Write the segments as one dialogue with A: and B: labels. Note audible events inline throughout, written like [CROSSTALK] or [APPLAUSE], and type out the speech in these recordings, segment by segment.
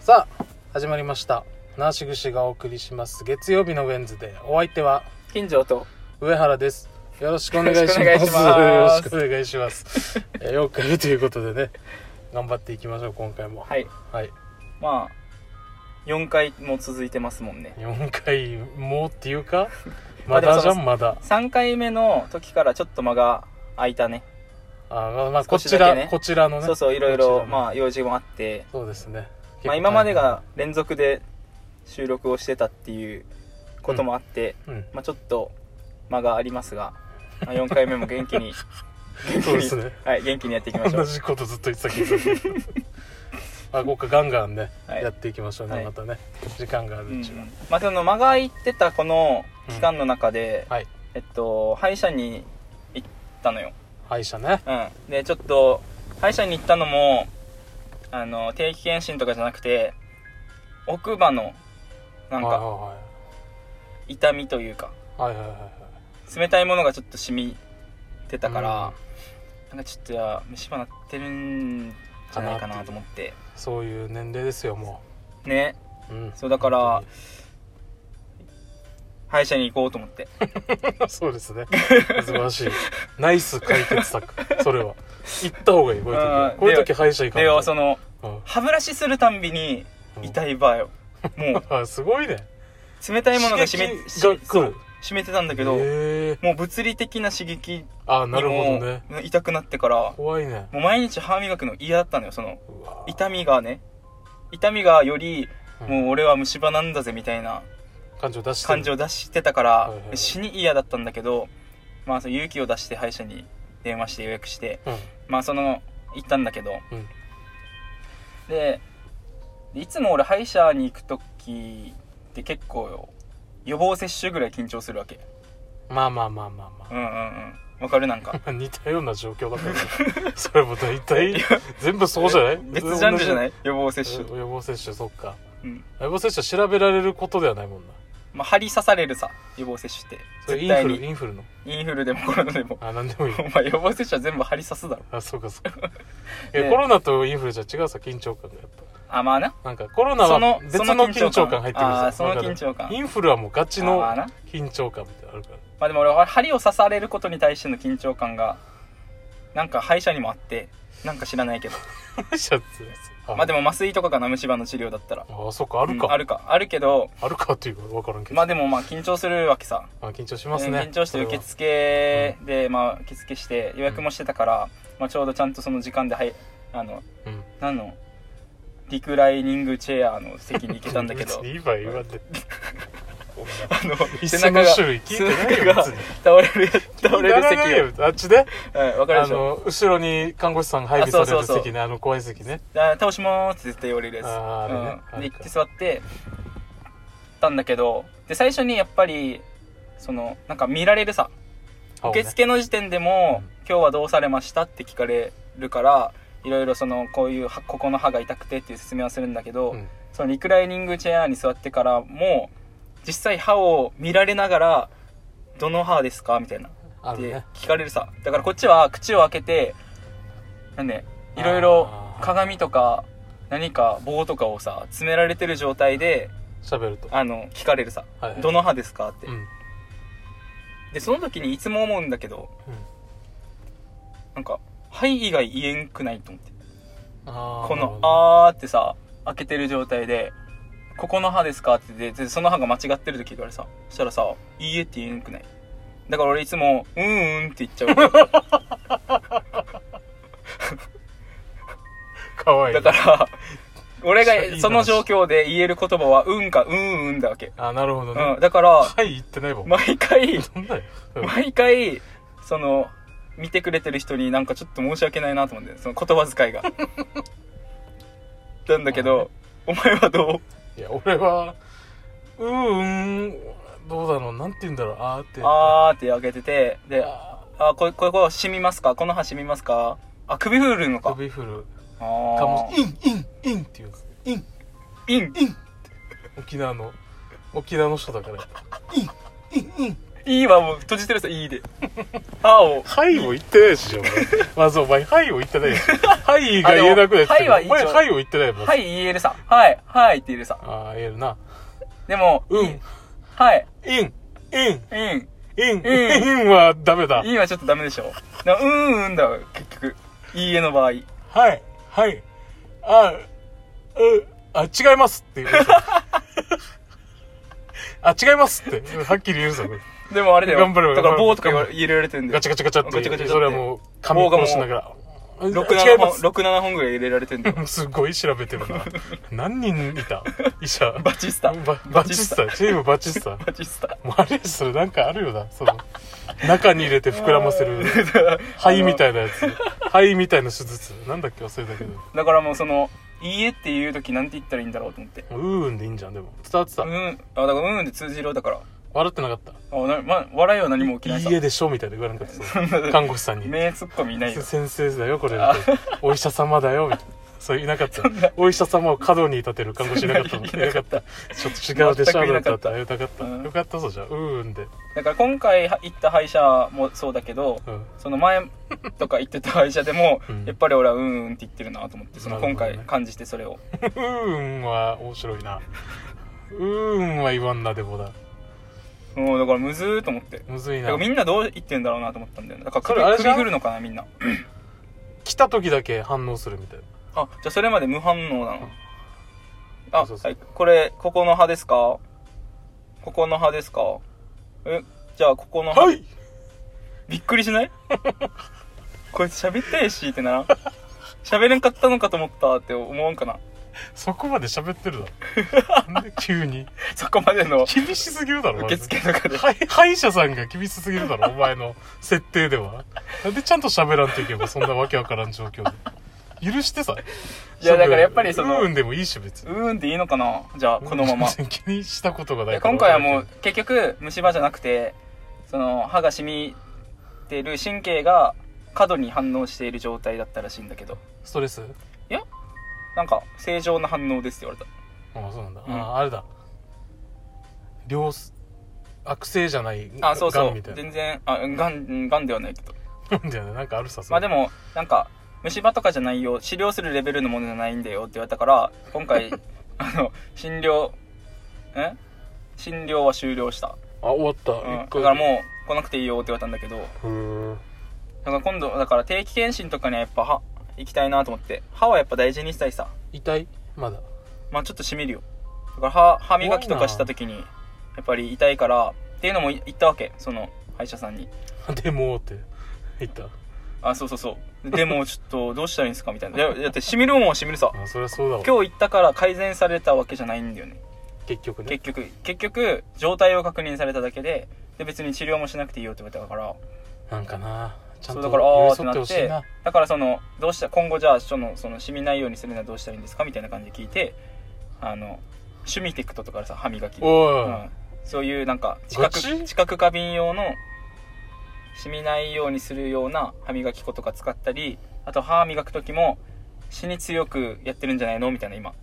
A: さあ始まりましたナーシグシがお送りします月曜日のウェンズでお相手は
B: 近所と
A: 上原ですよろしくお願いします
B: よろしくお願いします
A: よろしくお願いしますえーよくやるということでね頑張っていきましょう今回も
B: はい
A: はい、
B: まあ4回も続いてますもんね
A: 4回もうっていうか
B: [LAUGHS]
A: ま
B: まあでも
A: だじ
B: そ
A: ゃ
B: の
A: んまだ
B: 3回目の時からちょっと間が空いたね
A: あまあ、まあ、こ
B: 少し
A: ち
B: だ
A: ら、
B: けね
A: こちらのね
B: そうそういろいろま
A: あ
B: あ用事もあって、
A: そうですね
B: まあ、今までが連続で収録をしてたっていうこともあって、
A: うん
B: まあ、ちょっと間がありますが、まあ、4回目も元気に
A: [LAUGHS]
B: 元気
A: そうで
B: に
A: すね
B: はい、元気にやってい
A: [LAUGHS]
B: きましょ
A: 同
B: う
A: じことずっと言ってたけど
B: [LAUGHS]
A: あこうかガンガンね、
B: はい
A: やっていきましょうね、
B: はい
A: またね時間があ
B: うんう
A: る
B: ん
A: うちは、
B: まあ、その間が空いてたこの期間の中で、
A: はい
B: えっと、歯医者に行ったのよ
A: 歯医者ね
B: うん、でちょっと歯医者に行ったのもあの定期検診とかじゃなくて奥歯のなんか
A: は
B: 痛みというか
A: いはいはいはいはいはいはい
B: 冷たいものがちょっと染みてたから、なんかちょっといや虫歯なってるんじゃないかなと思って
A: そういう年齢ですよも
B: ね
A: う、うん、
B: そうだから歯医者に行こうと思って
A: [LAUGHS] そうですね素晴らしいナイス解決策それは行った方がいいこういう時は
B: うん
A: こういう時歯医者行か
B: で
A: ない
B: よ
A: と
B: その
A: うん
B: 歯ブラシするたんびに
A: うん
B: 痛い場よもう
A: あすごいね
B: 冷たいものが染め
A: 刺激
B: し
A: が来
B: そ
A: る
B: う染めてたんだけど、
A: へえ
B: もう物理的な刺激
A: あな
B: に
A: るほ
B: も
A: どね
B: 痛くなってからも
A: 怖いね
B: う毎日歯磨くの嫌だったのよその
A: うわ
B: 痛みがね痛みがより
A: うん
B: もう俺は虫歯なんだぜみたいな
A: 感情出して
B: 感情を出してたから
A: はいはいはい
B: 死に嫌だったんだけどまあその勇気を出して歯医者に電話して予約して
A: うん
B: まあその行ったんだけど
A: うん
B: でいつも俺歯医者に行く時って結構よ予防接種ぐらい緊張するわけ
A: まあまあまあまあまあ [LAUGHS]
B: うんうんうんわかるなんか
A: 似たような状況だからねそれも大体全部そうじゃない
B: [LAUGHS] 別ジャンルじゃないい予防接種、
A: 予防接種そっか
B: うん、
A: 予防接種は調べられることではないもんな
B: まあ、針刺されるさ予防接種って
A: それイン
B: 絶対
A: フル
B: に
A: インフルの
B: インフルでもコロナでも [LAUGHS]
A: あ何でもいい
B: お前予防接種は全部針刺すだろ
A: あそうか
B: [LAUGHS]
A: そうかいや
B: ね
A: コロナとインフルじゃ違うさ緊張感がやっ
B: あまあな
A: ぱなんかコロナ
B: そ
A: は
B: の
A: 別
B: そ
A: の
B: の
A: 緊
B: 緊張感
A: 張感入ってくる
B: あ
A: さ
B: ーその
A: わかる
B: 緊張感
A: インフルはもうガチの
B: あーな
A: 緊張感みたいなのあるから [LAUGHS]
B: まあでも俺は針を刺されることに対しての緊張感がなんか歯医者にもあってなんか知らないけど
A: シャツ
B: まあで
A: も
B: も麻酔とかがな虫歯の治療だったら
A: あーそっかあるか、
B: うんあるかあるけど
A: あるかっていうか分からんけど
B: まあでもまあ緊張するわけさ
A: あ緊張しますね
B: 緊張して受付で、まあ、受付して予約もしてたから、まあ、ちょうどちゃんとその時間で、はい、あの
A: それはうん
B: 何のリクライニングチェアの席に行けたんだけ
A: [LAUGHS]
B: ど
A: 別に今言わん
B: [LAUGHS]
A: で
B: あの
A: 椅
B: 背
A: 子
B: 中
A: の
B: が
A: 種類聞いてないよ
B: 背中
A: 別
B: が
A: に
B: 倒れる倒れる
A: ならないよ
B: 席
A: あっちで
B: をはいわかる
A: あ
B: でしょ
A: の後ろに看護師さんが配備され
B: あ
A: る
B: そうそう
A: 席
B: そ
A: ねあの怖い席ね
B: あ倒しまーすって絶対言われるやつ
A: あーあれね
B: うん、
A: あ
B: で
A: れ
B: 行
A: か
B: って座ってたんだけどで最初にやっぱりそのなんか見られるさ
A: 青ね
B: 受付の時点でも
A: うん
B: 「今日はどうされました?」って聞かれるからいろいろそのこういうはここの歯が痛くてっていう説明はするんだけど、
A: うん
B: そのリクライニングチェアに座ってからも実際歯を見られながら「どの歯ですか?」みたいな
A: あ
B: っ
A: る
B: て
A: ね
B: 聞かれるさだからこっちは口を開けてなんでいろいろ
A: あー
B: 鏡とか何か棒とかをさ詰められてる状態で
A: 喋ると
B: あの聞かれるさ
A: はいはい
B: 「どの歯ですか?」って、
A: うん
B: でその時にいつも思うんだけど
A: うん
B: なんか「はい」以外言えんくないと思って
A: あー
B: こ
A: なる
B: の
A: ほ
B: 「
A: ど
B: あ」ってさ開けてる状態で「ここの歯ですか?」ってででその歯が間違ってる時言われさそしたらさ「いいえ」って言えんくないだから俺いつも「うーん」って言っちゃうわけ
A: かわいい
B: だ
A: [LAUGHS]
B: から俺
A: いい
B: が
A: 話
B: その状況で言える言葉は「うん」か「うーん」うんだわけ、
A: あなるほど
B: う
A: ね
B: ん、だから
A: はい言ってないもん
B: 毎回
A: そんなようん
B: 毎回その見てくれてる人になんかちょっと申し訳ないなと思ってその言葉遣
A: [LAUGHS]
B: いがなんだけどお前はど
A: いや俺はうーんどうだろうなんて言うんだろうあーって
B: うあーって上げててで
A: あ
B: あこれこれこれ染みますかこの歯染みますかあ首振るのか
A: 首振る
B: あ
A: かも
B: ー
A: インインインっていうイン
B: イン
A: 沖縄の沖縄の人だからインインイン
B: いいわ、もう閉じてる人いいで。 [LAUGHS] 歯を。
A: はいも言ってないし、お前。 [LAUGHS] まずお前、はいを言って [LAUGHS] ないし。はいが言えなくなっ
B: あ
A: てる。
B: でもはい
A: お
B: は
A: 前、
B: 一応
A: はいを言ってないもん。
B: はい、言えるさ。はい、はいって言えるさ。
A: ああ、言えるな。
B: でも、
A: うん
B: いいはい、
A: イン、イン、
B: うん。
A: イン、
B: ん
A: インはダメだ。
B: いいはちょっとダメでしょ。なうーんだわ、結局。いいえの場合。い
A: はい、はい、あ、う、あ、違いますって言
B: [LAUGHS]
A: う。あ、違いますって、はっきり言うぞ。
B: でもあれだよ。
A: 頑張れよ
B: だから棒とか言わ
A: 頑張
B: 入れられてるんだよ
A: ガチャガチャガチャって。
B: ガチャガチャって
A: それはもう、紙殺しながら。あ
B: 6、
A: 違い
B: 7
A: ま
B: 本、
A: す。
B: 六七本ぐらい入れられてんだよ。
A: すごい調べてるな。何人いた医者。
B: バチスタ。
A: ババチスタ、チームバチスタ。も
B: バチスタ。
A: うあれ、それなんかあるよな。その、中に入れて膨らませ
B: [LAUGHS]
A: る。肺みたいなやつ。肺みたいな手術。なんだっけ忘れたけど。
B: だからもうその、いいえっていう時なんて言ったらいいんだろうと思って。
A: もううーんでいいんじゃん、でも。伝わってた
B: う。ん。あ、だからうんで通じるよだから。
A: 笑ってなかった。
B: あ、な、ま、笑いは何も起きない
A: い
B: さ
A: い。えでしょみたいな言わなかったそう。看護師さんに。
B: [LAUGHS] 名ツッコミいないよ。
A: 先生だよこれみたいなお医者様だよみたいなそういなかったお医者様を角に立てる看護師いなかったもんい
B: [LAUGHS] そんない
A: なかったちょっと違うで
B: 全
A: しょ
B: く
A: あ
B: いな
A: な
B: か
A: た
B: っ
A: ったてよかった
B: うん
A: よかったそうじゃんうーんで
B: だから今回行った歯医者もそうだけど、
A: うん
B: その前とか行ってた歯医者でも、
A: [LAUGHS] うん
B: やっぱり俺はうんうんって言ってるなと思って、その今
A: なる
B: 回
A: ほどね
B: 感じてそれを。
A: うーんは面白いなうーんは言わんなでもだ
B: もうだからむずーと思って。
A: むずい
B: だか
A: な
B: らみんなどう言ってんだろうなと思ったんだよね。だから
A: それあ
B: 首
A: れじゃ
B: 首
A: ん
B: 振るのかなみんな。
A: 来た時だけ反応するみたいな
B: あ、じゃあそれまで無反応なの。あ、
A: そうそう
B: はい。これ、ここの歯ですかここの歯ですかえ、じゃあここの歯。
A: はい
B: びっくりしない [LAUGHS] こいつ喋ったやしってならん。喋れんかったのかと思ったって思わんかな。
A: そこまで喋ってるだなんで急
B: [LAUGHS]
A: に
B: そこまでの
A: 厳しすぎるだろま
B: 受
A: ず
B: 付とかで。
A: はい [LAUGHS] 歯医者さんが厳しすぎるだろ、お前の設定では。なんでちゃんと喋らんといけば、そんなわけわからん状況で。許してさ。
B: いやだからやっぱりその
A: うんでもいいし、別
B: う
A: に。
B: ーんでいいのかなじゃあ、このまま。
A: 全然気にしたことがない
B: や
A: から
B: 今回はもう、結局、虫歯じゃなくて、その、歯が染みてる神経が過度に反応している状態だったらしいんだけど、
A: ストレス
B: なんか、正常な反応ですって言われた。
A: ああ、そうなんだ。
B: うん
A: ああ、あれだ。両す、悪性じゃない、
B: あ、そうそ
A: 癌
B: う
A: み。たいな。
B: 全然、あ、がん、がんではないけど。
A: [LAUGHS] なんだよね、なんかあるさ、
B: まあで
A: も。
B: も、なんか、虫歯とかじゃないよ、治療するレベルのものじゃないんだよって言われたから、今回、あの、診療、え診療は終了した。
A: あ、終わった。
B: うん、だ
A: 一
B: か
A: 回
B: らもう、来なくていいよって言われたんだけど、
A: う。ーん。
B: だから今度、だから定期検診とかにはやっぱ歯、行きたいなと思って、歯はやっぱ大事にしたいさ。
A: 痛いまだ。 [LAUGHS]
B: まあちょっとしみるよ。だから歯、歯磨きとかした時に、やっぱり痛いから、っていうのも言ったわけ、その、歯医者さんに。
A: でも、って言った。
B: あ、そうそうそう。でも、ちょっと、どうしたらいいんですかみたいな。いやだって、しみるもんはしみるさ。
A: あ、そりゃそうだわ。
B: 今日行ったから改善されたわけじゃないんだよね
A: 結局ね。
B: 結局結局状態を確認されただけでで別に治療もしなくていいよって言われたから
A: なんかな。ちゃん
B: そ
A: と
B: うだからあ
A: 寄
B: あ
A: り
B: って
A: 添
B: な
A: って
B: っ
A: ほしい
B: て
A: な。
B: だからそのどうした今後じゃあそのその染みないようにするにはどうしたらいいんですかみたいな感じで聞いてあのシュミテクトとかさ歯磨き、う
A: おい。
B: ん、そういうなんか知
A: ガ
B: 覚
A: チ
B: 知覚過敏用の染みないようにするような歯磨き粉とか使ったりあと歯磨く時も死に強くやってるんじゃないのみたいな今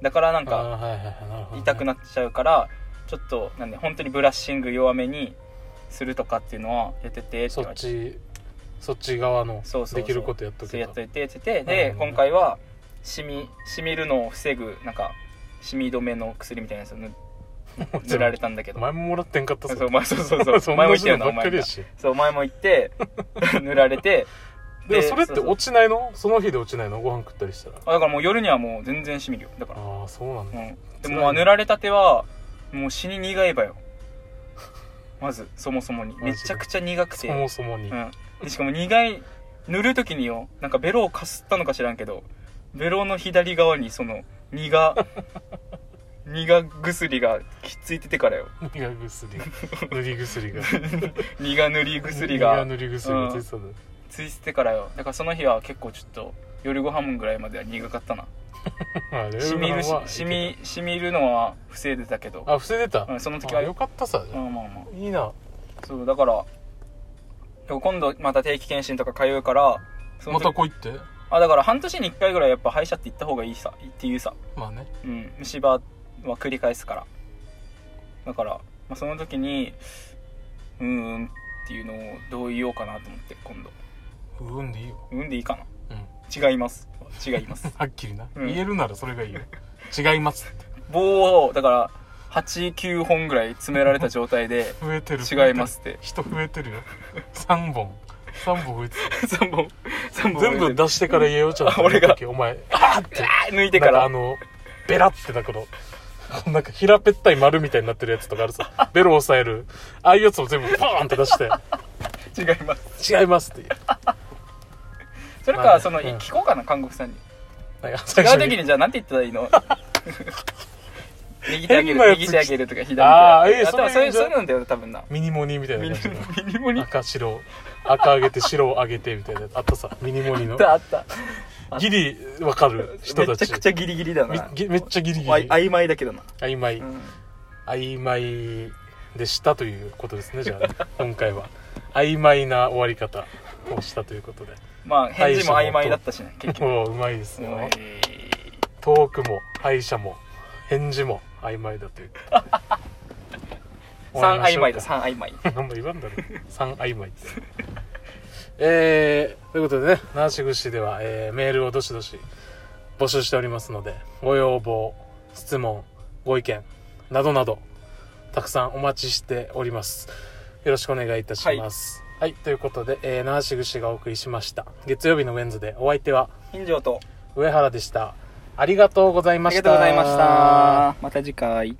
B: だからなん
A: あ
B: か
A: ーはいはいはいなるほどね
B: 痛くなっちゃうからちょっとなんで本当にブラッシング弱めにするとかっていうのはやっててって
A: そ
B: 言
A: っ
B: われて
A: ちそっち側の
B: そうそうそう
A: できることやっと
B: そう
A: け
B: や
A: ば
B: っといてって言って
A: なる
B: で
A: ほどね
B: 今回はシミシミるのを防ぐなんかシミ止めの薬みたいなやつを
A: [LAUGHS]
B: 塗塗られたんだけど
A: 前ももらってんかった
B: そう
A: [LAUGHS] ぞ
B: お前そうそうそう
A: そん
B: 前
A: な
B: も言ってる
A: の
B: な
A: ば
B: お
A: っか
B: 前
A: りや
B: が
A: し
B: そうお前も行って
A: [LAUGHS]
B: 塗られて
A: でもそれって
B: そうそう
A: 落ちないのその日で落ちないのご飯食ったりしたら
B: あだからもう夜にはもう全然シミるよだから、
A: ああそうなん
B: う
A: だ
B: ん、でもまあ塗られたてはもう死に苦いばよまずそもそもに
A: マジ
B: め
A: で
B: ちゃくちゃ苦くて
A: そもそもに
B: うんで、しかも苦い塗る時によなんかベロをかすったのか知らんけどベロの左側にその
A: [LAUGHS]
B: 苦苦薬がひっついててか
A: [LAUGHS]
B: らよ
A: 苦い
B: [LAUGHS]
A: 薬塗り薬が
B: 苦塗り薬が
A: 苦塗り薬がついてたんだ
B: ついててからよだからその日は結構ちょっと夜ご飯ぐらいまでは苦かったな
A: あれ
B: しみるし
A: は
B: しみしみるのは防いでたけど
A: あ防いでた
B: うんその時
A: あ
B: は
A: よかったさ
B: まあまあまあ
A: いいな
B: そうだからでも今度また定期検診とか通うからその
A: また
B: 時
A: 来いって
B: あだから半年に1回ぐらいやっぱ歯医者って行った方がいいさっていうさ
A: まあね
B: うん、虫歯は繰り返すからだから、まあ、その時にううんうんっていうのをどう言おうかなと思って今度
A: うんでいいよ
B: うんでいいかな
A: うん
B: 違います違います
A: [LAUGHS] はっきりな、
B: うん
A: 言えるならそれがいいよ違いますって
B: 棒をだから89本ぐらい詰められた状
A: [LAUGHS]
B: 態で
A: 増えてる
B: 違いますって
A: 人増えて
B: [LAUGHS]
A: るよ3本3本増えてる
B: 3本三本
A: 全部出してから言えよちゃんと
B: [LAUGHS] あ俺が
A: お前あーって
B: あー抜いて
A: な
B: か
A: んからあのベラってなんかこのなんか平べったい丸みたいになってるやつとかあるさ
B: [LAUGHS]
A: ベロを押さえるああいうやつを全部ポーンって出して
B: 違います
A: 違いますって言う
B: それ
A: まあ
B: か
A: ね
B: その
A: うん
B: 聞こうかな韓国さんに
A: なんか
B: 違
A: 最
B: う
A: 初
B: 時
A: に
B: にじゃあ何て言ったらい
A: [LAUGHS]
B: いの右手上げ
A: 変なや
B: る
A: つ
B: 右手上げるとか左手上げる
A: あーええ
B: 多分
A: そ
B: そ
A: れい
B: うい
A: いん
B: う
A: じゃん
B: そういうのだよ多分な
A: ミニモニみたい
B: ミ
A: な
B: ニ
A: 感じの
B: ミニモニあっ
A: 赤白赤上げて白を上げてみたいなやつあったさミニモニの
B: たあった
A: ギリわかる人
B: め
A: た
B: ちゃ
A: ち
B: くちゃギリギリだな
A: みぎめっちゃギリギリ
B: あい曖昧だけどな、
A: 曖昧、
B: うん
A: 曖昧でしたということですねじゃ
B: [LAUGHS]
A: あ今回は曖昧な終わり方をしたということ
B: [LAUGHS]
A: で
B: まあ返事も曖昧だったしね結局
A: もううまいです
B: おい
A: ねトークも敗者も返事も曖昧だということで
B: [LAUGHS] 三曖昧だ
A: 終わ
B: 三曖昧
A: りましょうかあんま言わんだろ3曖昧って [LAUGHS] えー、ということでね「ナーシグシ」では、えーメールをどしどし募集しておりますのでご要望質問ご意見などなどたくさんお待ちしておりますよろしくお願いいたしますはい、ということで、えー、ナーシグシがお送りしました月曜日のウェンズでお相手は
B: 金城と
A: 上原でしたありがとうござい
B: あ
A: ま
B: り
A: し
B: がとう
A: た
B: ございましたまた次回